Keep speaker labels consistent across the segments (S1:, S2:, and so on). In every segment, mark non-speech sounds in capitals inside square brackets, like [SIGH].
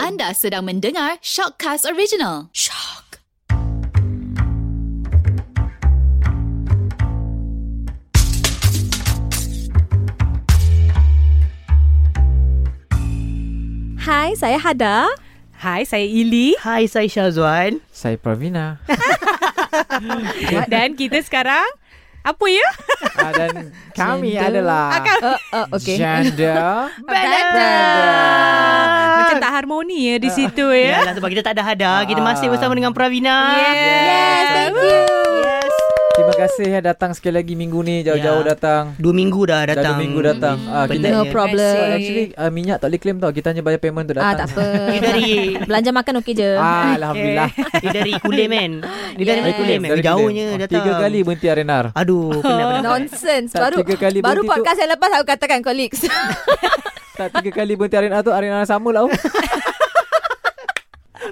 S1: Anda sedang mendengar Shockcast Original.
S2: Shock. Hai, saya Hada.
S3: Hai, saya Ili
S4: Hai, saya Syazwan.
S5: Saya Pravina
S3: [LAUGHS] dan kita sekarang apa ya?
S5: uh, [LAUGHS] Dan kami
S2: Gender.
S5: adalah
S2: Uh, uh, okay.
S5: [LAUGHS] Gender
S3: Macam tak harmoni ya di situ ya.
S4: Yalah, sebab kita tak ada hada. Kita masih
S5: Ah.
S4: bersama dengan Pravina.
S3: Yes, thank you.
S4: Yes.
S5: Terima kasih yang datang sekali lagi minggu ni Jauh-jauh
S4: Ya.
S5: datang
S4: Dua minggu dah
S5: Dah
S4: datang.
S5: dua minggu datang Ah,
S4: Benar.
S5: kita,
S2: No
S5: well,
S2: problem.
S5: Actually uh, minyak tak boleh claim tau Kita hanya bayar payment tu
S2: Ah, tak
S5: datang [LAUGHS]
S2: apa.
S4: Dia dari
S2: Belanja makan okey je.
S5: ah, Alhamdulillah
S4: dia dari Kulim kan. Dia dari
S2: Yes.
S4: Kulim kan.
S5: Dari
S4: Jauhnya
S5: Kedah.
S4: datang.
S5: Tiga kali berhenti Arenar
S4: Aduh,
S3: Oh.
S4: kena benar.
S2: Nonsense.
S5: Tak,
S2: Baru
S5: tiga kali
S2: baru
S5: berhenti tu- Ah,
S2: podcast yang lepas aku katakan colleagues.
S5: [LAUGHS]
S2: [LAUGHS]
S5: Tak tiga kali berhenti Arenar tu Arenar sama lah oh. [LAUGHS]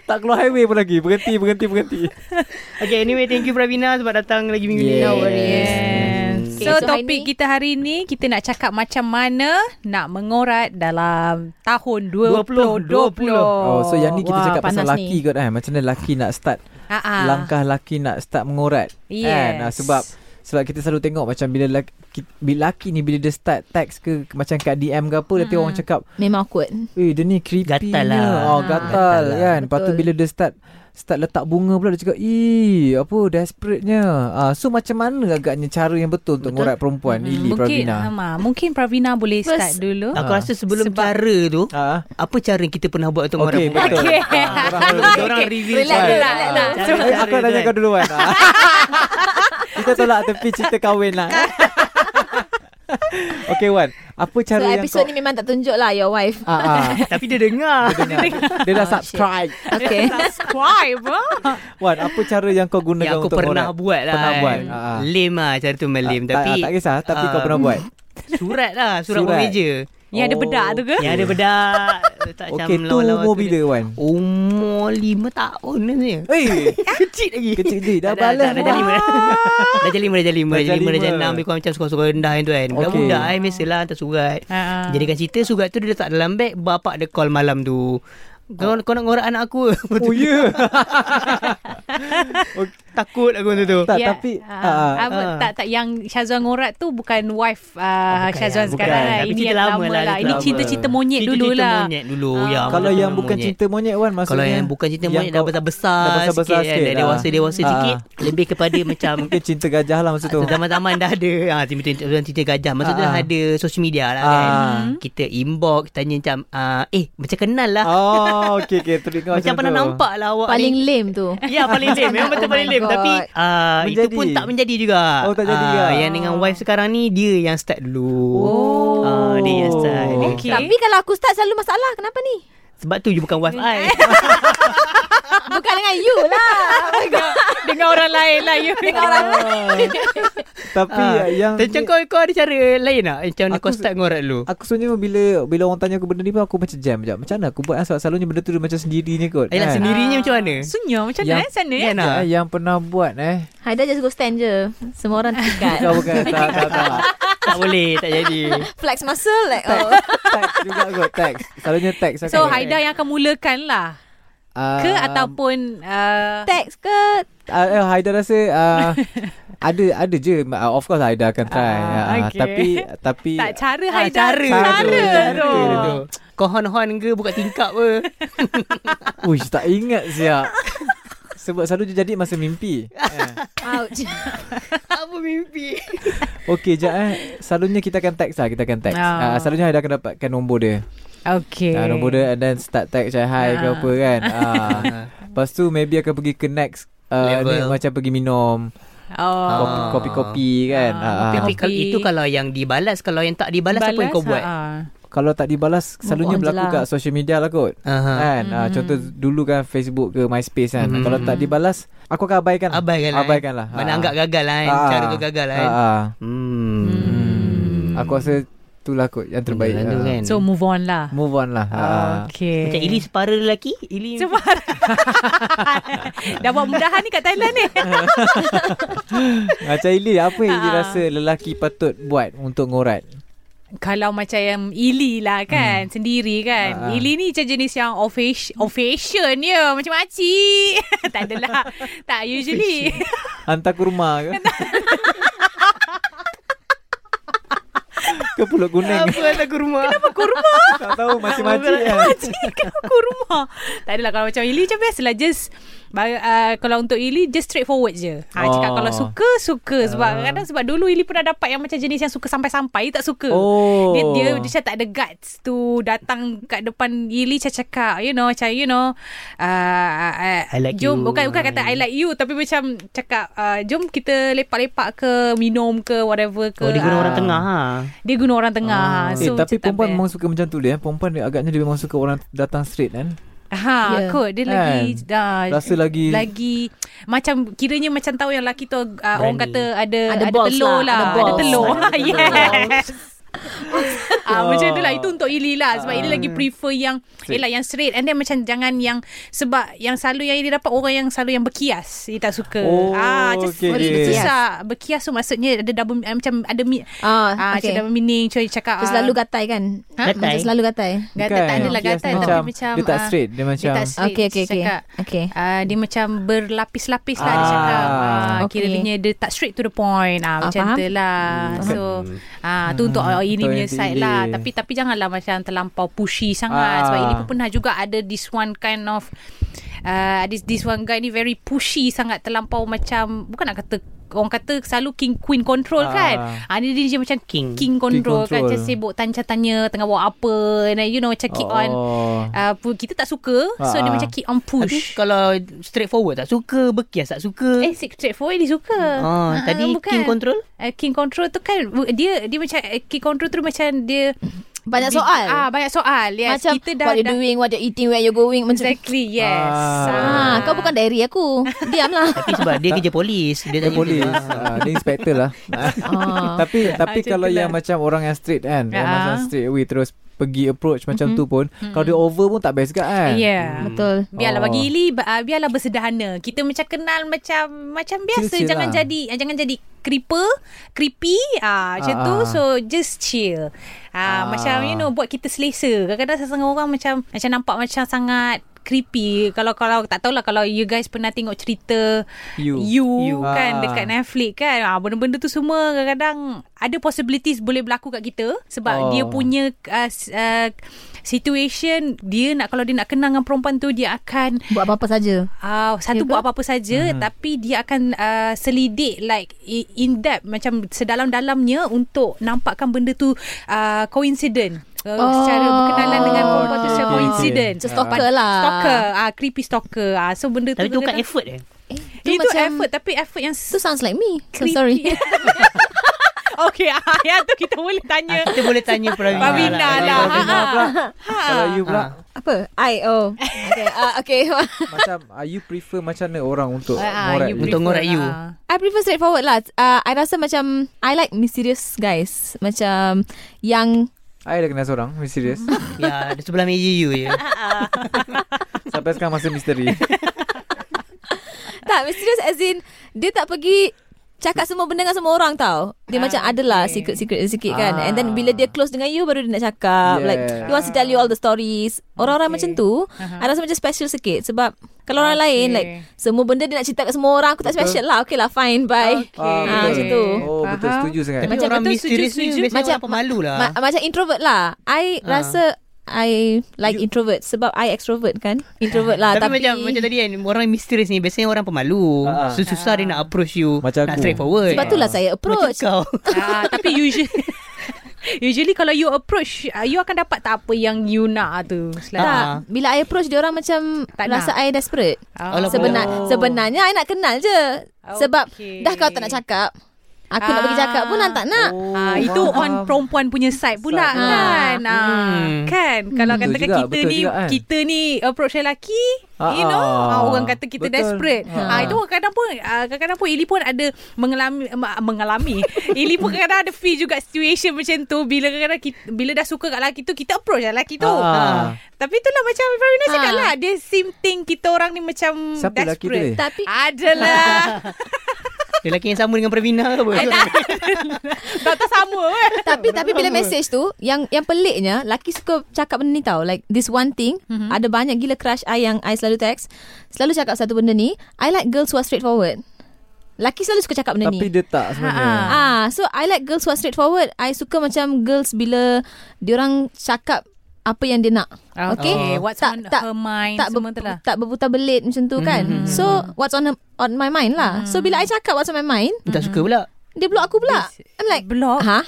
S5: Tak keluar highway pun lagi Berhenti, berhenti, berhenti
S4: Okay, anyway, thank you Pravina sebab datang lagi minggu ni.
S5: Yeah.
S2: No worries.
S3: Yes.
S2: Okay, so
S3: So,
S2: hari
S3: topik
S2: ni-
S3: kita hari ni kita nak cakap macam mana nak mengorat dalam tahun 2020.
S4: 20.
S5: Oh, so yang ni kita
S2: Wah,
S5: cakap pasal
S2: panas
S5: laki
S2: ni.
S5: kot kan. Macam mana laki nak start
S3: Ah, ah.
S5: langkah laki nak start mengorat
S3: Yes.
S5: kan Ah, sebab sebab kita selalu tengok macam bila laki, bila laki ni bila dia start text ke macam kat DM ke apa dia tengok orang cakap
S2: Memang awkward.
S5: eh dia ni creepy
S4: Gatal lah.
S5: oh
S4: Ha.
S5: gatal,
S4: Gatal lah.
S5: kan lepas tu
S2: Betul.
S5: bila dia start start letak bunga pula dia cakap ih apa desperate-nya ah, so macam mana agaknya cara yang betul untuk ngorat perempuan hmm. Ili
S3: Mungkin
S5: Pravina
S3: Ama, mungkin Pravina boleh
S2: First-
S3: start dulu.
S4: Aku
S5: Ah.
S4: rasa sebelum
S3: Sebab-
S4: cara tu,
S5: ah
S4: apa cara yang kita pernah buat untuk orang
S5: Okey, betul.
S3: Okay.
S4: Dia orang reveal
S2: Relax,
S4: cara.
S2: relax, relax.
S4: Cara-
S5: Eh,
S4: cara
S5: aku nak
S4: tu
S5: tanya
S4: kan.
S5: kau
S4: [LAUGHS]
S5: duluan Ah. Kita tolak tepi cerita kahwin
S4: [LAUGHS]
S5: lah Okay Wan Apa
S2: So,
S5: cara yang
S2: episod
S5: kau
S2: ni memang tak tunjuk lah your wife.
S5: Ah, ah.
S4: Tapi dia dengar.
S5: Dia
S4: [LAUGHS]
S5: dengar. [LAUGHS] Dia dah
S2: Oh,
S5: subscribe
S3: [LAUGHS]
S2: Okay.
S3: Subscribe. ah.
S5: Wan apa cara yang kau gunakan
S4: Yang Ya, aku
S5: untuk
S4: pernah
S5: orang?
S4: buat lah
S5: Pernah
S4: kan.
S5: buat ah, ah.
S4: Lame lah cara tu melim
S5: tak,
S4: Tapi
S5: ah, tak kisah Tapi kau
S4: ah,
S5: pernah buat
S4: [LAUGHS] Surat lah Surat,
S5: Surat.
S4: buat meja
S3: Yang ada bedak tu ke?
S4: Yang ada bedak
S5: [LAUGHS]
S4: Letak macam
S5: Okay tu
S4: lawan-lawan
S5: umur
S4: tu
S5: bila
S4: dia.
S5: Wan
S4: Umur lima tahun rasanya
S5: [LAUGHS] Eh
S4: Kecil lagi
S5: Kecil je, dah lah.
S4: Tak ada,
S5: balas
S4: tak, Dah jadi lima Dah jadi lima Dah jadi lima Dah
S5: Dah
S4: jadi lima Dah
S5: jadi
S4: jadi
S5: lima.
S4: enam Habis kau macam suka-suka rendah kan tu kan
S5: Okey.
S4: Budak-budak kan Biasalah hantar surat
S3: Ah.
S4: Jadikan cerita Surat tu dia letak dalam beg Bapak dia call malam tu kau, kau nak ngorak anak aku
S5: Oh ya yeah.
S4: Takut aku tu tu
S5: Ya, Tak [LAUGHS]
S2: Ya.
S5: tapi
S3: uh,
S5: ah, ah.
S3: uh, tak tak yang Syazwan ngorat tu bukan wife uh,
S5: Ah,
S4: bukan,
S3: Syazwan
S4: bukan.
S3: sekarang lah.
S4: Tapi
S3: Ini
S4: cerita
S3: yang
S4: lama
S3: lama
S4: lah,
S3: lah.
S4: cerita
S3: Ini
S5: lama.
S3: cinta-cinta monyet
S4: Cerita-cerita
S3: dulu lah.
S4: monyet dulu
S3: Ah.
S4: ya,
S5: Kalau
S4: cerita
S5: yang bukan
S4: monyet.
S5: cinta monyet Wan
S4: Kalau
S5: maksudnya
S4: yang bukan cerita
S5: yang
S4: monyet dah
S5: kau-
S4: besar-besar
S5: dah besar-besar
S4: sikit, kan. Dah
S5: ah.
S4: dewasa-dewasa
S5: Ah.
S4: sikit. Lebih kepada macam
S5: Mungkin cinta gajah lah masa tu
S4: Zaman-zaman dah ada ha, Cerita cerita gajah Masa tu dah
S5: Ah, ah.
S4: ada Social media lah
S5: Ah.
S4: kan Kita inbox Tanya macam ah, Eh macam kenal lah
S5: Oh okay, okay. Terik kau
S4: Macam pernah
S5: tu.
S4: nampak lah awak
S2: Paling
S4: ni
S2: lame
S3: [LAUGHS]
S2: tu.
S4: Ya paling lame Memang betul
S2: [LAUGHS] Oh
S4: paling
S2: my
S4: lame
S2: God.
S4: Tapi ah, Itu
S5: Menjadi.
S4: pun tak menjadi juga
S5: Oh, tak jadi
S4: Ah,
S5: juga.
S4: Yang dengan wife sekarang ni Dia yang start dulu
S5: Oh
S4: Ah, Dia yang start dia yang
S3: Okay.
S4: start.
S2: Tapi kalau aku start selalu masalah. Kenapa ni?
S4: Sebab tu je bukan wife [LAUGHS] I
S2: [LAUGHS] Bukan dengan you lah.
S3: [LAUGHS] Dengan orang lain lah. You.
S2: Dengan orang lain.
S5: Ah. Tapi
S4: Ah,
S5: ah, yang
S4: Macam kau, kau ada cara lain tak? Macam mana
S5: Aku
S4: kau
S5: se-
S4: start ngorak dulu
S5: Aku sebenarnya bila bila orang tanya aku benda ni pun aku macam jam jap. Macam mana aku buat sebab selalunya benda tu dia macam sendirinya kot.
S4: Ayolah sendirinya macam mana?
S3: Sunya macam
S5: Yang-
S3: mana eh sana ya?
S4: Kan lah
S5: Ah, yang pernah buat eh.
S2: Haida just go stand je. Semua orang
S5: Kau
S2: tikat.
S5: bukan tak tak
S4: [LAUGHS]
S5: tak.
S4: Tak boleh Tak jadi
S2: Flex muscle like oh.
S5: Text juga kot text. Selalunya text aku.
S3: So Haida yang akan mulakan lah.
S5: Ah,
S3: Ke ataupun uh,
S2: Text ke?
S5: ah, eh, Haida rasa
S3: [LAUGHS]
S5: ah, ada ada je Ah, of course Haida akan try.
S3: Ah,
S5: Ah,
S3: okay.
S5: tapi tapi
S3: tak cara
S4: Ah,
S3: Haida.
S4: cara
S5: cara
S3: tu.
S5: tu.
S4: Kau hon-hon ke Buka tingkap ke
S5: Uish tak ingat
S3: [LAUGHS]
S5: siap. Sebab selalu dia jadi masa mimpi. Eh.
S2: Ouch.
S4: Apa mimpi
S5: Okey jap eh. Selalunya kita akan text lah, kita akan text. Ah,
S3: Ah.
S5: selalunya Haida akan dapatkan nombor dia.
S3: Okay.
S5: Ah, nombor dia and then start tag macam hi ke
S3: Ah.
S5: apa kan. Ah.
S3: [LAUGHS]
S5: Lepas tu maybe akan pergi ke next uh, ni,
S4: Level.
S5: macam pergi minum
S4: Ah,
S3: Oh.
S5: kopi, kopi-kopi kan.
S3: Ah,
S5: Ah,
S4: Tapi
S5: ah.
S4: kalau
S3: Kopi.
S4: itu kalau yang dibalas Kalau yang tak dibalas ah. Apa yang kau buat
S3: ha,
S5: Kalau tak dibalas
S2: on
S5: selalunya
S2: je
S5: berlaku
S2: lah.
S5: kat social media lah kot.
S4: Aha.
S5: Kan? Ah, contoh dulu kan Facebook ke MySpace kan.
S4: Mhm.
S5: Kalau tak dibalas aku akan abaikan.
S4: Abaikan lah
S5: Abaikan lah.
S4: Mana
S5: Ah.
S4: anggap gagal lah kan
S5: Ah.
S4: Cara tu gagal lah kan
S5: Ah, ah.
S4: Hmm
S5: Hmm. Aku rasa itulah kot yang terbaik.
S4: Benda tu
S5: Ah.
S4: kan
S3: So move on lah.
S5: Move on lah. Ah.
S3: Okay.
S4: Macam Ili separa lelaki Ili
S3: Cuma [LAUGHS] Dah buat mudahan ni kat Thailand
S4: [LAUGHS]
S3: ni
S5: [LAUGHS] Macam Ili apa yang Ili
S3: Ah.
S5: rasa lelaki patut buat untuk ngorat?
S3: kalau macam yang Ili lah kan hmm. Sendiri
S5: Ah, ah.
S3: kan uh Ili ni macam jenis yang Off-fashion, off-fashion ya Macam makcik [LAUGHS] Tak adalah Tak usually
S5: Hantar kurma ke? [LAUGHS] ke pulut kuning?
S4: Apa tak kurma? Kenapa
S5: tak tahu masih makcik kan.
S3: Makcik kau kurma Tak adalah kalau macam Ili macam biasalah Just ba- uh, Kalau untuk Ili Just straightforward je ha, oh. Cakap
S5: Oh.
S3: kalau suka Suka Sebab
S5: Ah.
S3: kadang-kadang Sebab dulu Ili pernah dapat Yang macam jenis yang suka Sampai-sampai tak suka
S5: Oh.
S3: Dia, dia, dia macam tak ada guts tu Datang kat depan Ili Macam cakap You know Macam you know uh, uh,
S4: I like
S3: jom,
S4: you.
S3: Bukan, bukan kata I like you Tapi macam Cakap uh, Jom kita lepak-lepak ke Minum ke Whatever ke
S4: Oh, dia guna
S3: Ah,
S4: orang tengah ha.
S3: Dia guna orang tengah
S5: Ah. eh,
S3: macam
S5: tapi
S3: tak
S5: perempuan
S3: best.
S5: memang suka macam tu dia. eh. Perempuan dia, agaknya dia memang suka orang datang straight kan.
S3: Ha, yeah.
S2: Ya.
S3: kot dia
S5: Kan?
S3: lagi dah
S5: Rasa lagi-
S3: lagi macam kiranya macam tahu yang lelaki tu uh, orang
S4: Berani.
S3: kata ada ada,
S2: Ada
S3: ada
S2: balls
S3: telur
S2: lah,
S3: lah,
S2: ada
S3: ada
S2: balls.
S3: telur. [LAUGHS]
S2: Ada
S3: yes. ah macam tu lah itu
S5: Oh.
S3: untuk Ili lah sebab Ili
S5: Ah.
S3: lagi prefer yang
S5: Straight.
S3: ialah yang straight and then macam jangan yang sebab yang selalu yang Ili dapat orang yang selalu yang berkias. Dia tak suka.
S5: Oh,
S3: ah just
S5: okay,
S3: okay.
S5: okay.
S3: susah berkias tu maksudnya ada double ah, macam ada mi,
S2: Ah,
S3: ah okay.
S2: okay.
S3: macam double meaning cuy cakap. ah.
S2: So, selalu gatai kan?
S4: Ha?
S2: Macam
S4: Gatai?
S2: selalu gatai.
S3: Gata,
S5: Bukan.
S3: tak adalah
S5: Kias
S3: gata
S5: ni
S3: tapi macam
S5: dia tak
S3: ah,
S5: straight dia macam
S3: dia tak straight.
S2: Okay, okay, okay.
S3: Cakap,
S2: Okay.
S3: Uh, dia macam berlapis-lapis lah ah, dia
S5: Ah,
S3: cakap. Uh, okay.
S2: okay.
S3: Kiranya dia tak straight to the point. Uh,
S2: Ah,
S3: macam
S2: faham.
S3: tu lah.
S5: Faham.
S3: So, uh, tu untuk
S5: Hmm,
S3: uh, ini
S5: untuk
S3: punya
S5: yang
S3: side
S5: delay.
S3: lah. Tapi tapi janganlah macam terlampau pushy
S5: Ah.
S3: sangat. Sebab ini pun pernah juga ada this one kind of... Uh, this, this one guy ni very pushy sangat. Terlampau macam... Bukan nak kata Orang kata selalu king queen control
S5: Ah.
S3: kan. Ah ni dia macam king
S4: King.
S3: king
S5: King control.
S3: control, kan. Macam sibuk tanya-tanya tengah buat apa and then, you know macam keep
S5: oh.
S3: on uh, pu- kita tak suka so
S5: Ah,
S3: dia
S5: ah.
S3: macam keep on
S4: Habis
S3: push
S4: kalau straightforward tak suka, bekias tak suka.
S3: eh straightforward dia suka
S4: Ah, tadi
S3: bukan.
S4: king control?
S3: uh, king control tu kan bu- dia dia macam uh, king control tu macam dia
S2: Banyak
S3: dia-
S2: soal.
S3: ah banyak soal yes
S2: Macam
S3: kita dah,
S2: what you
S3: dah
S2: doing, what you eating, where you going. Macam,
S3: exactly yes
S5: Ah.
S2: ah, kau bukan diary
S3: [LAUGHS]
S2: aku. lah. Diamlah.
S4: Tapi sebab
S5: [LAUGHS]
S4: dia kerja polis, dia
S5: Dia
S4: tanya
S5: polis
S4: juga.
S5: Ah, Dia inspector
S3: [LAUGHS]
S5: lah
S2: Ah.
S5: Tapi tapi
S3: Oh. Macam
S5: kalau
S3: tu
S5: yang
S3: lah.
S5: macam orang yang straight kan Orang
S3: Ah.
S5: macam straight away Terus pergi approach macam tu pun Kalau dia over pun tak best kan
S2: Ya.
S5: kan
S3: Mm-hmm. yeah
S2: Betul.
S3: Biarlah
S5: Oh.
S3: bagi Ili uh, biarlah bersederhana. Kita macam kenal macam macam biasa
S5: Chill-chill
S3: jangan
S5: lah.
S3: jadi uh, jangan jadi creeper, creepy ah macam
S5: Ah,
S3: tu.
S5: ah.
S3: So just chill.
S5: Ah.
S3: Ah, macam you know buat kita selesa. Kadang-kadang setengah orang macam macam nampak macam sangat creepy kalau kalau tak tahulah kalau you guys pernah tengok cerita
S5: You.
S3: you,
S5: You. Ah.
S3: kan dekat Netflix kan ah benda-benda tu semua kadang-kadang ada possibilities boleh berlaku kat kita sebab
S5: Oh.
S3: dia punya uh, s- uh, situation dia nak kalau dia nak kenal dengan perempuan tu dia akan
S2: Buat apa-apa saja.
S3: Uh, satu
S2: Ya
S3: buat
S2: ke?
S3: apa-apa saja
S5: Mhm.
S3: mm-hmm. tapi dia akan uh, selidik like i- in depth macam sedalam-dalamnya untuk nampakkan benda tu uh, coincident uh, oh,
S2: Oh,
S3: secara berkenalan dengan perempuan tu
S5: okay, okay,
S3: secara
S5: okay.
S3: coincident
S5: Ah.
S2: So, stalker lah.
S3: stalker uh, creepy stalker uh, so benda
S4: Tapi
S3: tu
S4: tu bukan
S3: kadang-
S4: effort eh.
S2: Eh,
S3: itu macam effort tapi effort yang
S2: Tu
S3: s-
S2: sounds like me. So
S3: creepy. [LAUGHS]
S2: sorry.
S3: okay ah, [LAUGHS] yang tu kita boleh
S4: Ah,
S3: tanya
S4: kita boleh tanya Pravina.
S3: Pravina
S4: lah.
S3: Ya. lah.
S5: Kalau
S3: Ha,
S5: you pula Kalau you pula
S4: Ah.
S2: Apa? I, oh. Okay. Uh, okay. [LAUGHS]
S5: Macam ah, You prefer macam mana orang Untuk
S3: Ah,
S5: ngorak
S3: you
S5: dia?
S4: Untuk
S3: prefer,
S4: ngorak you.
S3: ah.
S2: I prefer straightforward lah. Uh, I rasa macam, I like mysterious guys. Macam, yang,
S5: I dah kenal seorang Very
S3: [LAUGHS]
S5: serious
S4: Ya, di sebelah meja you
S5: Kan.
S4: je.
S5: Sampai sekarang masih misteri
S3: [LAUGHS]
S2: tak, mysterious as in, dia tak pergi cakap semua benda dengan semua orang tau. Dia
S3: Ah,
S2: macam adalah
S3: okay.
S2: secret-secret sikit kan. And
S5: Ah.
S2: then bila dia close dengan you, baru dia nak cakap.
S5: Yes.
S2: Like, he wants to tell you all the stories. Orang-orang
S3: Okay.
S2: macam
S3: Uh-huh.
S2: tu,
S3: Aha.
S2: I rasa macam special sikit. Sebab, kalau orang lain, like, semua benda dia nak cerita kat semua orang, aku tak
S5: Betul.
S2: special lah. Okay lah, fine, bye.
S3: Okay.
S5: Ah,
S2: Ah, macam tu.
S5: Oh betul
S3: Faham.
S5: setuju sangat
S4: Tapi
S3: Macam
S4: orang
S3: betul,
S4: misterius
S3: setuju,
S4: ni
S3: setuju.
S4: biasanya
S2: Macam-
S4: orang pemalu lah.
S2: Ma- macam introvert lah. I
S4: Ah.
S2: rasa I like introvert sebab I extrovert
S4: [LAUGHS]
S2: kan. Introvert lah
S4: tapi,
S2: tapi,
S4: macam macam tadi kan orang yang misterius ni biasanya orang pemalu.
S5: Ah.
S4: So, susah dia nak approach you.
S5: Macam
S4: nak
S5: aku.
S4: straightforward. Ah.
S2: sebab itulah saya
S4: Macam
S2: approach.
S4: kau. lah.
S3: Ah, tapi usually [LAUGHS] usually kalau you approach ah, you akan dapat tak apa yang you nak tu.
S4: Ah.
S3: Selain-
S2: Tak, bila I approach dia orang macam
S3: Tak
S2: tak
S3: nak.
S2: rasa I desperate.
S3: Ah.
S4: Alah,
S2: Sebenar
S4: Oh.
S2: sebenarnya I nak kenal je. Sebab
S3: Okay.
S2: dah kau tak nak cakap, aku nak
S3: Ah.
S2: pergi cakap pun tak nak.
S5: Oh,
S3: Ah, itu on
S5: faham.
S3: perempuan punya side pula
S5: Side.
S3: kan. Ah.
S4: Hmm.
S3: Kan kalau
S5: Betul
S3: katakan
S5: juga,
S3: kita
S5: betul
S3: ni
S5: juga kan.
S3: kita ni approach lelaki,
S5: Ah,
S3: you know,
S5: ah.
S3: ah, orang kata kita
S5: Betul.
S3: desperate. Ah.
S5: Ah.
S3: itu kadang pun ah, kadang-kadang pun Ili pun ada mengalami ma- mengalami. [LAUGHS] Ili pun kadang ada feel juga situation macam tu bila kadang-kadang kita, bila dah suka kat lelaki tu kita approach lah lelaki tu.
S5: Ah.
S3: Ah. Tapi itulah macam Farina cakap
S2: Ah.
S3: lah Dia same thing Kita orang ni macam
S5: Siapa lelaki tu
S3: desperate
S5: ni?
S2: Tapi
S3: Adalah
S4: Lelaki yang sama dengan Pravina ke apa?
S3: Tak tak sama eh.
S2: tapi tapi bila message tu yang yang peliknya laki suka cakap benda ni tau like this one thing
S3: Mhm.
S2: mm-hmm. ada banyak gila crush I yang I selalu text selalu cakap satu benda ni I like girls who are straightforward laki selalu suka cakap benda ni
S5: Tapi dia tak
S3: Ha,
S5: sebenarnya.
S2: Ah, so I like girls who are straightforward. I suka macam girls bila diorang cakap apa yang dia nak. Okay.
S3: Ah, What's
S2: Tak-
S3: on
S2: tak-
S3: her mind
S2: tak
S3: semua tu lah.
S2: tak berputar belit macam tu kan.
S4: Mhm.
S2: So what's on her, on my mind lah. So bila I cakap what's on my mind,
S4: tak suka pula.
S2: dia block aku pula. I'm like,
S3: Block.
S2: ha?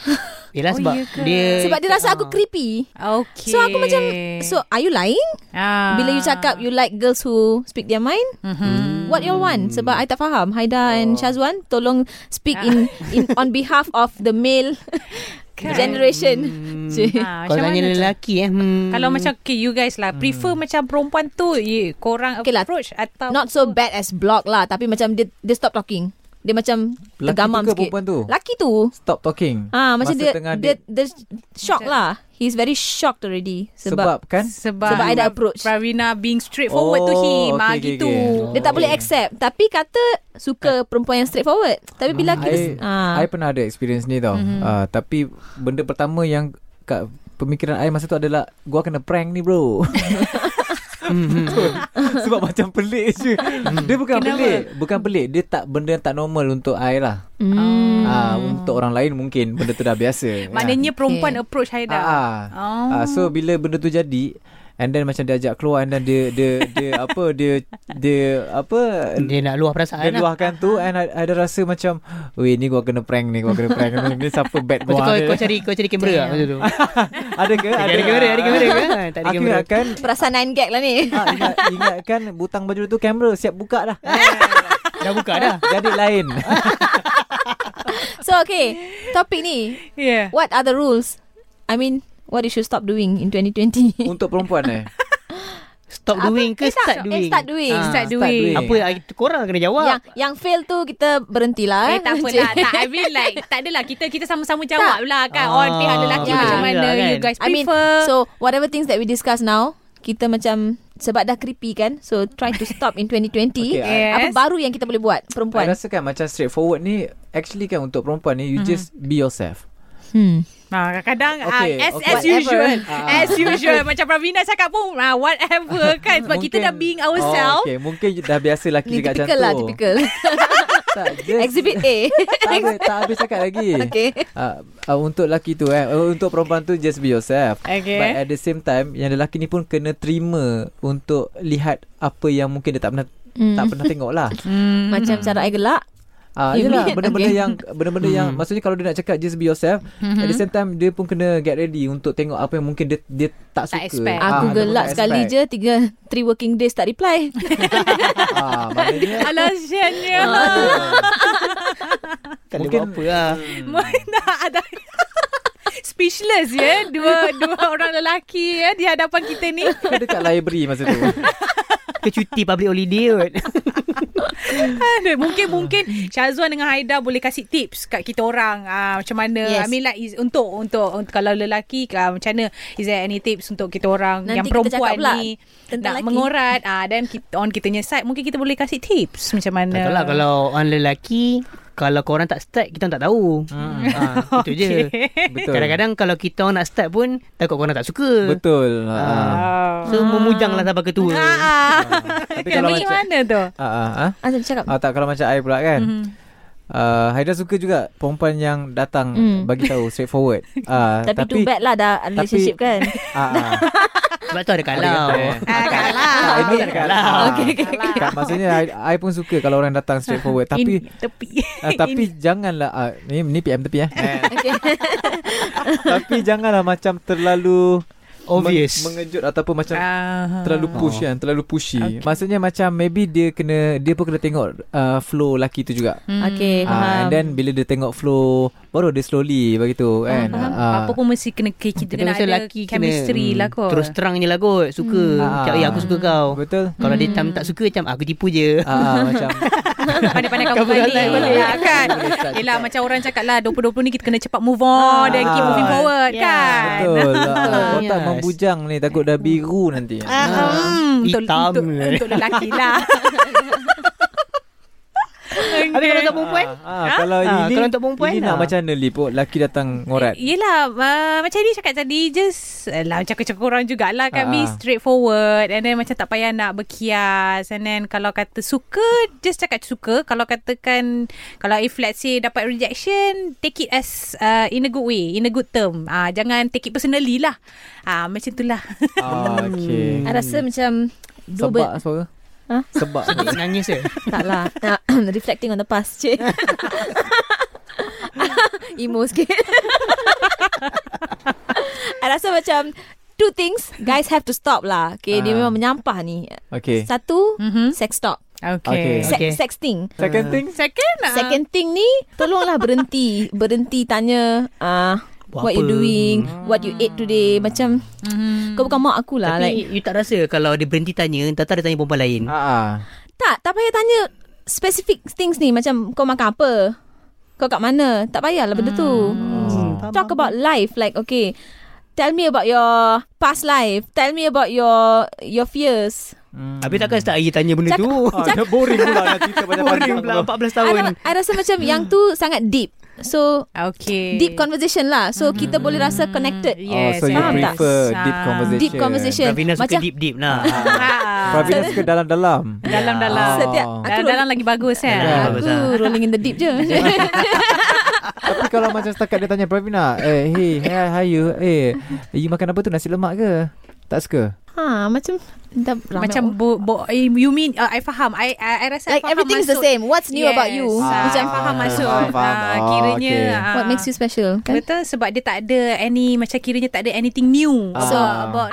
S4: Yelah
S3: Oh,
S4: sebab
S3: ya ke?
S4: dia
S2: [LAUGHS] Sebab dia rasa aku
S4: Ah.
S2: creepy.
S3: Okay.
S2: So aku macam So are you lying
S3: ah.
S2: Bila you cakap You like girls who Speak their mind Mm.
S3: Mhm.
S2: What you all want Sebab I tak faham Haida and Shazwan Tolong speak in, in On behalf of The male
S3: Kan.
S2: Generation [LAUGHS] Cik.
S3: Ah,
S4: Kalau tanya
S3: macam mana tu?
S4: lelaki eh hmm.
S3: Kalau macam okay, you guys lah prefer macam perempuan tu ye, korang
S2: Okay lah.
S3: approach atau
S2: Not so bad as block lah Tapi macam Dia, dia stop talking Dia macam
S5: Lelaki
S2: Tergamam
S5: tu ke
S2: sikit
S5: perempuan tu?
S2: Laki tu
S5: Stop talking.
S2: Ah, macam
S5: Masa
S2: dia,
S5: tengah
S2: dia,
S5: date.
S2: dia shock lah. He's very shocked already sebab, sebab
S5: Sebab kan?
S3: sebab,
S2: Sebab I dah approach.
S3: Pravina being straightforward to
S5: Oh,
S3: him okay, ah,
S5: okay, okay,
S3: gitu.
S5: okay.
S2: dia tak boleh accept. Tapi kata suka perempuan yang straightforward. Tapi bila
S5: I,
S2: kita ah, Mhm.
S5: I pernah ada experience ni tau. Mm-hmm. Uh, tapi benda pertama yang kat pemikiran I masa tu adalah gua kena prank ni bro. Betul. Sebab macam pelik je Dia bukan
S3: Kenapa?
S5: pelik Bukan pelik Dia tak benda yang tak normal untuk I lah
S2: mm,
S5: ah, Untuk orang lain mungkin Benda tu
S2: [LAUGHS]
S5: dah biasa
S3: Maknanya perempuan
S2: Okay.
S3: approach Haida.
S5: Ah, ah.
S3: Oh.
S5: Ah, so bila benda tu jadi and then macam dia ajak keluar and then dia dia dia
S2: [LAUGHS]
S5: apa dia dia apa
S4: dia nak luah perasaan lah.
S5: dia luahkan tu and I- I ada rasa macam weh ni gua kena prank ni gua kena prank ni ni siapa
S4: Lepas tu
S5: bad gua
S4: kau,
S5: ni?"
S4: kau cari kau cari kamera lah masa tu.
S5: ada ke
S4: Ada kamera, ada kamera ke? Tak ada
S5: aku
S4: kamera.
S5: ingatkan
S2: perasaan nine gag lah ni.
S5: ah, ingat, ingatkan butang baju tu kamera siap buka dah
S4: Dah buka dah.
S5: jadi lain
S2: [LAUGHS] So okay, topik ni.
S3: yeah.
S2: What are the rules? I mean, what you should stop doing in
S3: [LAUGHS]
S2: 2020?
S5: untuk perempuan eh
S4: Stop doing
S2: eh,
S4: ke
S2: tak,
S4: start
S2: eh,
S4: doing?
S2: start doing.
S4: Ah,
S3: Start
S5: start
S3: doing.
S5: doing.
S4: Apa itu korang kena jawab.
S2: yang yang fail tu kita berhentilah.
S3: Eh tak
S2: [LAUGHS]
S3: apalah Tak I mean like Tak adalah Kita kita sama-sama jawab lah kan
S4: Ah,
S3: On pihak
S2: betul
S3: lelaki Macam
S2: juga
S3: mana
S4: kan.
S3: You guys
S2: I mean,
S3: prefer
S2: so whatever things that we discuss now, kita macam sebab dah creepy kan. So try to stop in 2020.
S5: [LAUGHS] Okay,
S3: I-
S2: Apa baru yang kita boleh buat
S5: I
S2: perempuan?
S5: rasa kan macam straightforward ni Actually kan untuk perempuan ni You just be yourself
S2: Hmm.
S3: Ah, kadang
S5: Okay,
S3: okay, as
S5: okay.
S3: as
S2: Whatever.
S3: usual,
S5: Ah.
S3: as usual macam Pravina cakap pun ah,
S5: [LAUGHS]
S3: whatever kan sebab kita dah being
S5: oh,
S3: ourselves.
S5: okay. Mungkin dah biasa lelaki
S2: Ni
S5: cakap
S2: typical
S5: macam tu
S2: lah,
S5: [LAUGHS]
S2: typical. [LAUGHS]
S5: tak, just,
S2: Exhibit A. [LAUGHS]
S5: tak, habis, tak habis cakap lagi
S2: Okay.
S5: uh, uh, Untuk lelaki tu eh uh, Untuk perempuan tu Just be yourself
S3: Okay.
S5: But at the same time Yang lelaki ni pun Kena terima Untuk lihat Apa yang mungkin Dia tak pernah
S2: [LAUGHS] Hmm.
S5: Tak pernah tengok lah
S3: Hmm.
S2: Macam cara I gelak.
S5: Ah,
S2: You
S5: yelah,
S2: mean?
S5: benda-benda
S2: Okay.
S5: yang benda-benda yang maksudnya kalau dia nak cakap just be yourself, at
S2: Hmm.
S5: the same time dia pun kena get ready untuk tengok apa yang mungkin dia dia tak
S3: Tak
S5: suka.
S3: expect.
S5: Ah,
S2: Aku
S5: ataupun
S2: gelak
S5: tak
S2: sekali
S5: expect.
S2: je tiga three working days tak
S5: [LAUGHS]
S2: reply.
S5: Ah,
S3: [LAUGHS]
S5: maknanya
S3: Alah siannya.
S5: Ah.
S3: [LAUGHS]
S4: tak ada
S5: mungkin-
S4: buat apa lah.
S3: Mana ada [LAUGHS] speechless ya dua dua orang lelaki ya di hadapan kita ni.
S5: Kau dekat library masa
S2: [LAUGHS]
S5: tu
S4: Ke cuti public holiday kot.
S3: Aduh, Kan? Eh, mungkin mungkin Syazwan dengan Haida boleh kasih tips kat kita orang uh, macam mana yes.
S2: Yes.
S3: I mean like is, untuk, untuk untuk kalau lelaki uh, macam mana is there any tips untuk kita orang
S2: Nanti
S3: yang
S2: kita cakap
S3: perempuan
S2: pula
S3: ni
S2: tentang
S3: nak
S2: lelaki.
S3: mengorat uh, dan kita, on kitanya side mungkin kita boleh kasih tips macam mana.
S4: [LAUGHS] Tak tahu lah kalau orang lelaki kalau korang tak start kita orang tak tahu. Hmm. Ha, itu je.
S5: Betul
S4: Kadang-kadang kalau kita orang nak start pun takut korang tak suka.
S5: Betul ah.
S3: Uh,
S4: So memujanglah sampai ketua.
S3: Ah,
S5: Tapi
S3: Tapi kalau
S5: kalau
S3: macam
S5: macam
S3: mana tu?
S5: ah, ah, ah.
S2: Azam cakap.
S5: ah, tak kalau macam I pula kan mm-hmm. uh, Haida suka juga Perempuan yang datang
S2: Mm.
S5: Bagi tahu straightforward uh,
S2: Tapi, too bad lah dah relationship
S5: tapi-
S2: kan.
S5: ah, ah.
S4: Sebab tu ada kalau.
S3: Ah, kalah.
S5: Ah, Ini
S4: Kalah.
S5: okay, okay, okay. Maksudnya I, I pun suka Kalau orang datang straightforward Tapi
S3: In, tepi.
S5: Ah,
S3: [LAUGHS]
S5: tapi janganlah ah, ni ni PM tepi eh.
S2: Okay.
S5: tapi janganlah macam terlalu
S4: Obvious.
S5: meng- mengejut ataupun macam
S3: Ah.
S5: terlalu push kan, terlalu pushy. Maksudnya macam maybe dia kena dia pun kena tengok uh, flow laki tu juga.
S2: okay, Eh,
S5: Ah,
S2: faham.
S5: and then bila dia tengok flow baru dia slowly bagi tu kan.
S3: Faham?
S5: Ah,
S3: Apa pun mesti kena kita kena
S4: macam
S3: ada
S4: lelaki hmm,
S3: chemistry lah kot.
S4: Terus terang je lah kot. Suka.
S5: Ah.
S4: Macam, eh, aku suka kau.
S5: Betul?
S4: Kalau dia tam tak suka macam aku tipu je.
S5: Ah, ah, macam
S3: Pandai-pandai kamu
S4: Cover
S3: balik
S4: online balik.
S3: Yelah kan Yelah macam orang cakap lah 2020 ni kita kena cepat move on Dan keep moving forward
S4: Ah, Ya.
S3: kan
S5: betul. Ah, Otak
S4: Yes.
S5: membujang ni takut dah biru nanti.
S3: Ah, hmm, untuk,
S4: Ah, Hitam
S3: [LAUGHS] untuk,
S4: je.
S3: untuk lelaki lah
S4: [LAUGHS] Habis kalau tak perempuan
S5: Ah, ah, kalau
S4: Ah,
S5: Lily,
S4: kalau untuk perempuan,
S5: Lily nak
S4: ah.
S5: macam mana Liput Laki datang ngorat
S3: Yelah uh, Macam ni cakap tadi Just eh, lah, Macam cakap korang jugalah Kan
S5: Ah,
S3: be
S5: ah.
S3: straightforward And then macam tak payah nak berkias And then kalau kata suka Just cakap suka Kalau katakan Kalau if let's say Dapat rejection Take it as uh, In a good way In a good term uh, Jangan take it personally lah uh, Macam tu lah [LAUGHS]
S2: [LAUGHS]
S5: ah, Okay
S2: I rasa macam dua
S5: Sebab
S2: ber-
S5: suara
S2: Hah?
S5: Sebab
S4: Nangis
S5: [LAUGHS]
S4: je
S2: Tak lah [COUGHS] Reflecting on the past cik [LAUGHS] Emo sikit [LAUGHS] I rasa macam Two things Guys have to stop lah Okay Dia
S5: Ah.
S2: memang menyampah ni
S5: Okay
S2: Satu
S3: Mhm.
S2: Sex talk
S5: Okay.
S2: Se-
S4: Okay.
S2: Sexting
S5: Second thing
S3: Second uh,
S2: Second thing ni Tolonglah berhenti Berhenti tanya uh,
S4: Buat
S2: What
S4: apa?
S2: you doing What you ate today Macam Kau bukan mak aku lah
S4: Tapi
S2: like,
S4: like, you tak rasa Kalau dia berhenti tanya Tata dia tanya perempuan lain
S5: ah, ah.
S2: Tak, tak payah tanya specific things ni macam kau makan apa. Kau kat mana? Tak payahlah benda tu.
S4: faham,
S2: Talk about life like okay. Tell me about your past life. Tell me about your your fears.
S4: Habis takkan start hari tanya benda
S2: Cakap-
S4: tu
S5: Ah,
S4: [LAUGHS]
S5: dah boring pula nak cerita macam
S4: Boring pula 14
S2: I,
S4: tahun
S2: ra- I rasa macam yang tu sangat deep. So
S3: Okay Mm,
S2: deep conversation lah. So kita boleh rasa connected.
S5: Oh, so
S3: Yes,
S5: you
S2: faham tak?
S5: prefer deep
S3: Ah. [LAUGHS]
S5: conversation.
S2: Deep conversation.
S4: Ravina suka
S2: Macam-
S4: deep-deep lah
S3: Ah.
S5: Pravina suka dalam-dalam.
S3: Dalam-dalam
S5: Ah.
S2: Setiap-
S5: Oh.
S2: Aku-
S3: Dalam-dalam lagi bagus kan
S4: Dalam.
S2: Aku rolling in the deep je.
S5: Tapi kalau macam setakat dia tanya Pravina, eh, hey, hey, how you? Eh, you makan apa tu? Nasi lemak ke? Tak suka?
S2: ha, macam dah ramai
S3: Macam
S2: orang.
S3: bo, bo, eh, you mean uh, I faham. I I, I rasa
S2: oh. like
S3: I faham
S2: everything's the
S3: maksud.
S2: same. What's new
S3: yes.
S2: about you?
S3: Ah,
S2: Macam
S3: I faham
S5: Ah,
S3: maksud.
S5: faham, faham.
S3: Ah,
S5: Oh,
S3: kiranya
S5: okay.
S3: ah,
S2: what makes you special? Kan?
S3: Betul sebab dia tak ada any macam kiranya tak ada anything new.
S5: Ah.
S3: So about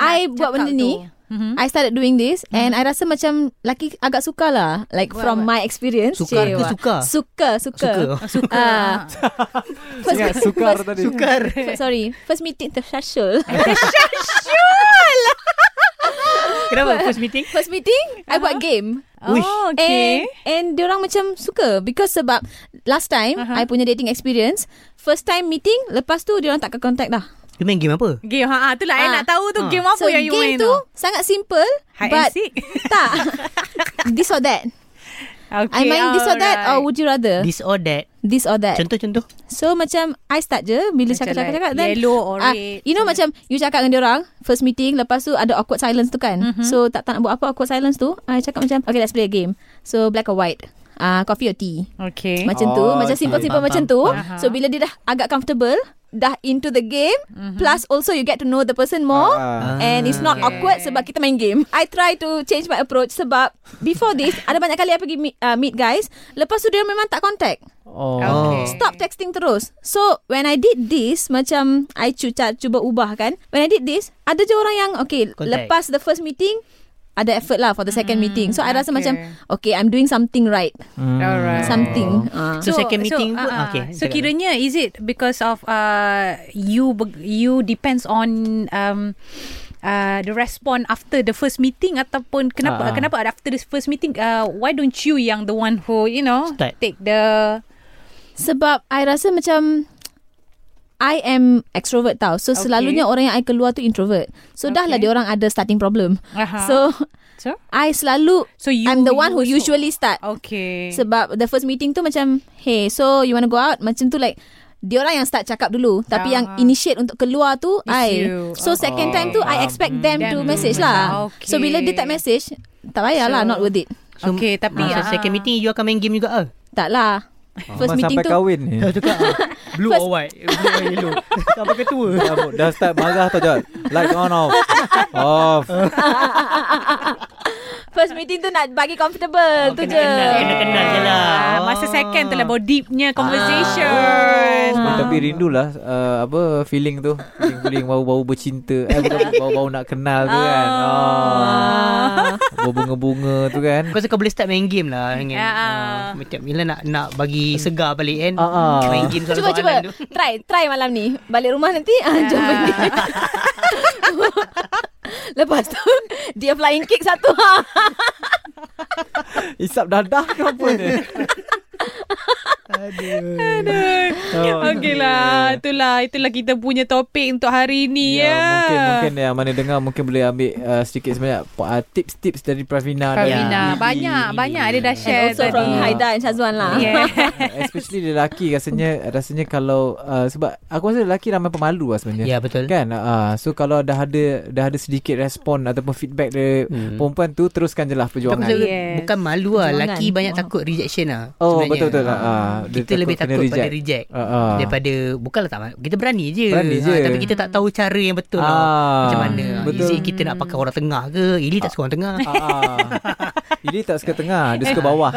S2: I
S3: nak
S2: buat
S3: cakap
S2: benda ni.
S3: tu. Mhm.
S2: I started doing this and I rasa macam laki agak suka lah like
S3: Buat
S2: from my
S3: apa?
S2: experience.
S4: Sukar ke
S2: Cik,
S4: suka?
S2: Suka, suka.
S4: [LAUGHS] Suka
S3: Suka.
S2: Ah. [LAUGHS] First,
S5: Ingat sukar tadi.
S4: Sukar
S2: first, [LAUGHS] sorry, first meeting tersyul.
S4: Kenapa first meeting?
S2: first meeting, I buat game.
S3: Oh, Uh-huh. okay.
S2: And, and diorang macam suka because sebab last time I
S3: Aha.
S2: punya dating experience, first time meeting, lepas tu diorang tak ke contact dah.
S4: You main game apa?
S3: Game ha ah, tu lah I
S2: Ah.
S3: nak tahu tu game apa
S2: so
S3: yang you
S2: game
S3: main
S2: tu sangat simple
S3: Hide and
S2: but
S3: seek? [LAUGHS]
S2: tak this or that. I
S3: Okay,
S2: main this or that
S3: alright.
S2: or would you rather
S4: This or that
S2: this or
S4: Eh.
S2: that.
S4: Contoh-contoh
S2: So macam I start je Bila
S3: Macam
S2: cakap-cakap cakap,
S3: like
S2: then,
S3: yellow or
S2: ah,
S3: red.
S2: You know macam You cakap dengan diorang First meeting Lepas tu ada awkward silence tu kan
S3: Mhm.
S2: mm-hmm. So tak, tak nak buat apa Awkward silence tu I cakap macam Okay let's play a game So black or white uh, Coffee or tea
S3: Okay.
S2: Macam tu
S5: Oh,
S2: Macam
S5: okay.
S2: simple-simple
S4: Faham,
S2: macam
S4: faham,
S2: tu
S3: faham.
S2: So bila dia dah agak comfortable Dah into the game Plus also you get to know the person more
S5: Ah.
S2: And it's not
S3: Mhm. Okay.
S2: awkward Sebab kita main game I try to change my approach Sebab Before this Ada banyak kali I pergi meet, uh, meet guys Lepas tu dia memang tak contact
S5: Oh.
S3: Okay.
S2: Stop texting terus So when I did this Macam I cuca, cuba ubah kan When I did this Ada je orang yang Okay
S4: Contact.
S2: Lepas the first meeting Ada effort lah For the second meeting So I rasa
S3: Hmm, okay.
S2: macam Okay I'm doing something right
S5: Hmm.
S3: Alright.
S2: Something uh.
S4: Ah. So, second meeting pun,
S3: ah, ah.
S4: okay,
S3: So
S4: cakap.
S3: kiranya is it because of uh, you be- you depends on um, uh, the respond after the first meeting ataupun kenapa
S5: Ah, ah.
S3: kenapa after the first meeting uh, why don't you yang the one who you know
S4: Start.
S3: take the
S2: Sebab I rasa macam I am extrovert tau So
S3: Okay.
S2: selalunya orang yang I keluar tu introvert So dah lah
S3: Okay.
S2: dia orang ada starting problem
S3: Aha.
S2: So
S3: so
S2: I selalu
S3: so you
S2: Uh-huh. I'm the one who
S3: you also-
S2: usually start
S3: okay
S2: Sebab the first meeting tu macam Hey so you wanna go out Macam tu like dia orang yang start cakap dulu Tapi
S3: Ah. Oh,
S2: yang initiate untuk keluar tu
S3: It's
S2: I
S3: you.
S2: So
S3: Okay.
S2: second time tu I
S5: Faham.
S2: expect them
S3: Them
S2: to
S3: to
S2: message
S3: message.
S2: lah
S3: Okay.
S2: So bila dia tak message Tak payah lah
S3: So-
S2: Not worth it
S4: So,
S3: okay tapi
S4: Masa
S3: ah,
S4: second meeting You akan main game juga ah.
S2: Tak lah First meeting
S5: Memang Oh, sampai
S2: tu
S5: kahwin ni.
S4: Blue
S2: First-
S4: or white Blue or [LAUGHS] yellow Sampai ketua
S5: Dah, dah start marah tau Jad Light on
S2: [LAUGHS]
S5: off Off
S2: First meeting tu nak bagi
S3: Oh,
S2: comfortable Tu je
S4: Kena kenal je lah Ah.
S3: ah, masa second tu lah baru deepnya
S2: Kan.
S3: conversation
S5: Eh, Tapi rindulah uh, Apa Feeling tu Feeling-feeling Bau-bau bercinta eh,
S2: [LAUGHS]
S5: bukan, Bau-bau nak kenal tu kan
S2: Ah.
S5: oh.
S4: Ah.
S3: Ah.
S5: Bau bunga-bunga tu kan
S4: Kau rasa kau boleh start main game lah kan?
S3: Ah.
S4: Ah, Macam bila nak nak bagi segar balik kan
S5: Ah, ah.
S4: Main game
S2: Cuba cuba
S4: soalan-soalan tu
S2: Try Try malam ni Balik rumah nanti ah,
S3: Ya.
S2: Jom main
S3: [LAUGHS]
S2: game. Lepas tu Dia flying kick satu [LAUGHS]
S5: [LAUGHS] Isap dadah ke apa ni Oh,
S3: [LAUGHS] Okey lah Itulah Itulah kita punya topik Untuk hari ni
S5: Ya,
S3: ya,
S5: mungkin mungkin yang mana dengar mungkin boleh ambil uh, sedikit sebanyak uh, tips-tips dari Pravina. dan
S3: Pravina
S5: Lily.
S3: Banyak Banyak dia dah
S2: And
S3: share
S2: also
S3: tadi
S2: from
S5: tadi.
S2: Haida and Shazwan lah
S3: Yeah.
S5: [LAUGHS] Especially dia lelaki rasanya rasanya kalau uh, sebab aku rasa lelaki ramai pemalu lah sebenarnya.
S4: Ya betul
S5: Kan? Uh, so kalau dah ada dah ada sedikit respon ataupun feedback dari
S4: Hmm.
S5: perempuan tu teruskan je lah
S4: Bukan,
S5: perjuangan.
S3: Betul, betul.
S4: yes. bukan malu lah
S2: Perjuangan.
S4: Laki banyak
S2: Wow.
S4: takut rejection lah
S5: Oh,
S4: sebenarnya.
S5: betul-betul lah. Ah, dia
S4: Kita
S5: takut
S4: lebih
S5: kena
S4: takut pada
S5: reject.
S4: reject
S5: Uh, uh.
S4: Daripada Bukanlah tak Kita berani je
S5: Berani
S4: Ah,
S5: je.
S4: Tapi kita tak tahu cara yang betul lah
S5: Ah,
S4: Macam mana
S5: betul.
S4: Betul. Is it kita nak pakai orang tengah ke Ili tak suka orang tengah
S5: [LAUGHS]
S4: [LAUGHS]
S5: Ah, Ili tak suka tengah, dia suka bawah.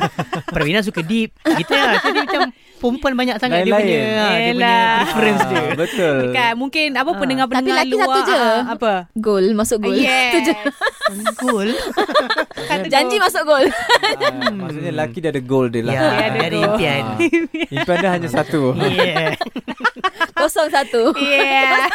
S3: [LAUGHS]
S4: Pravina suka deep Kita lah Jadi macam Perempuan banyak sangat Dia
S5: Lain-lain.
S4: punya ah, Dia punya
S3: Yelah.
S4: preference
S5: [LAUGHS]
S4: dia
S5: Ah, Betul.
S3: Kan mungkin Apa pendengar-pendengar
S2: Tapi lelaki
S3: luar,
S2: satu je.
S3: ah, Apa
S2: Gol masuk gol
S3: Yes
S2: Tu je
S5: [LAUGHS]
S4: Cool
S3: Kata
S2: Janji
S3: gol.
S2: masuk gol [LAUGHS]
S5: Ah, maksudnya lelaki dia ada goal dia lah.
S4: Hmm. Ya
S3: ada
S4: Dari [LAUGHS]
S3: goal.
S4: impian
S5: Ah, Impian dia hanya
S4: [LAUGHS]
S5: satu.
S4: Yeah
S2: Kosong satu
S3: [LAUGHS] Yeah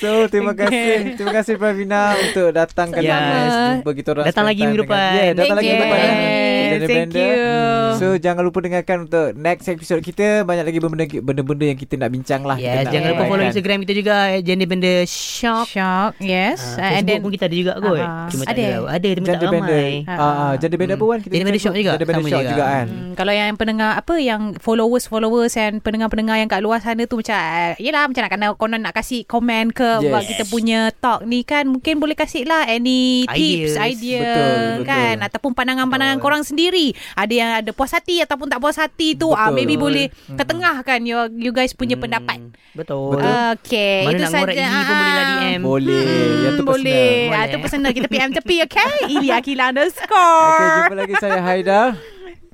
S5: So terima kasih Terima kasih Pravina Untuk datang kali
S4: Yes.
S5: ini Jumpa kita orang
S4: Datang
S5: spend
S4: lagi
S5: time
S4: minggu
S5: dengan-
S4: depan.
S5: yeah, Datang
S2: Thank
S5: lagi minggu
S2: you.
S5: depan eh.
S3: Yes,
S5: Kita ada
S3: thank
S5: Brenda. Hmm.
S3: you.
S5: So jangan lupa dengarkan Untuk next episode kita Banyak lagi benda- benda-benda Yang kita nak bincang lah kita
S4: Yes
S5: nak
S4: Jangan lupa follow
S5: uraikan.
S4: Instagram kita juga Gender benda shock
S3: Shock Yes
S4: Ah, Facebook pun kita ada juga kot
S3: Ah,
S4: Cuma tak
S3: ada.
S4: ada tahu. Ada tapi tak
S5: Gender benda
S4: ramai Ha. Hmm.
S5: Ah, ah, Gender benda apa Wan? Kita
S4: Gender benda
S5: bincang
S4: shock juga,
S5: Gender benda
S4: sama
S5: shock
S4: juga.
S5: juga kan
S3: Hmm, kalau yang pendengar apa yang followers followers and pendengar-pendengar yang kat luar sana tu macam eh, yelah macam nak kena konon nak kasih komen ke
S5: Yes.
S3: yes. buat kita punya talk ni kan mungkin boleh kasih lah any tips
S4: Ideas.
S3: idea
S5: Betul, betul.
S3: kan ataupun pandangan-pandangan korang sendiri ada yang ada puas hati ataupun tak puas hati tu
S5: Betul.
S3: ah
S5: Hmm.
S3: maybe boleh ketengahkan your you guys punya pendapat
S4: Betul
S3: Okay
S4: Mana
S3: itu
S4: nak ngorek
S3: saja
S4: Ili
S3: Hmm,
S4: pun boleh lah DM
S5: Boleh Yang tu personal
S3: boleh. Ah, tu
S4: Hmm, Boleh.
S3: personal kita PM tepi
S5: [LAUGHS]
S3: okay Ili Akila underscore
S5: Okay jumpa lagi saya Haida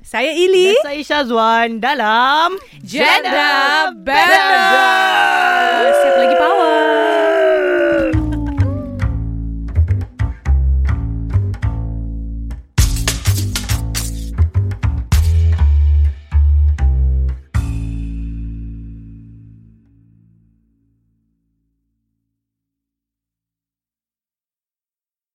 S3: saya Ili
S4: Dan saya Syazwan dalam
S3: Gender Bender. Siapa lagi power?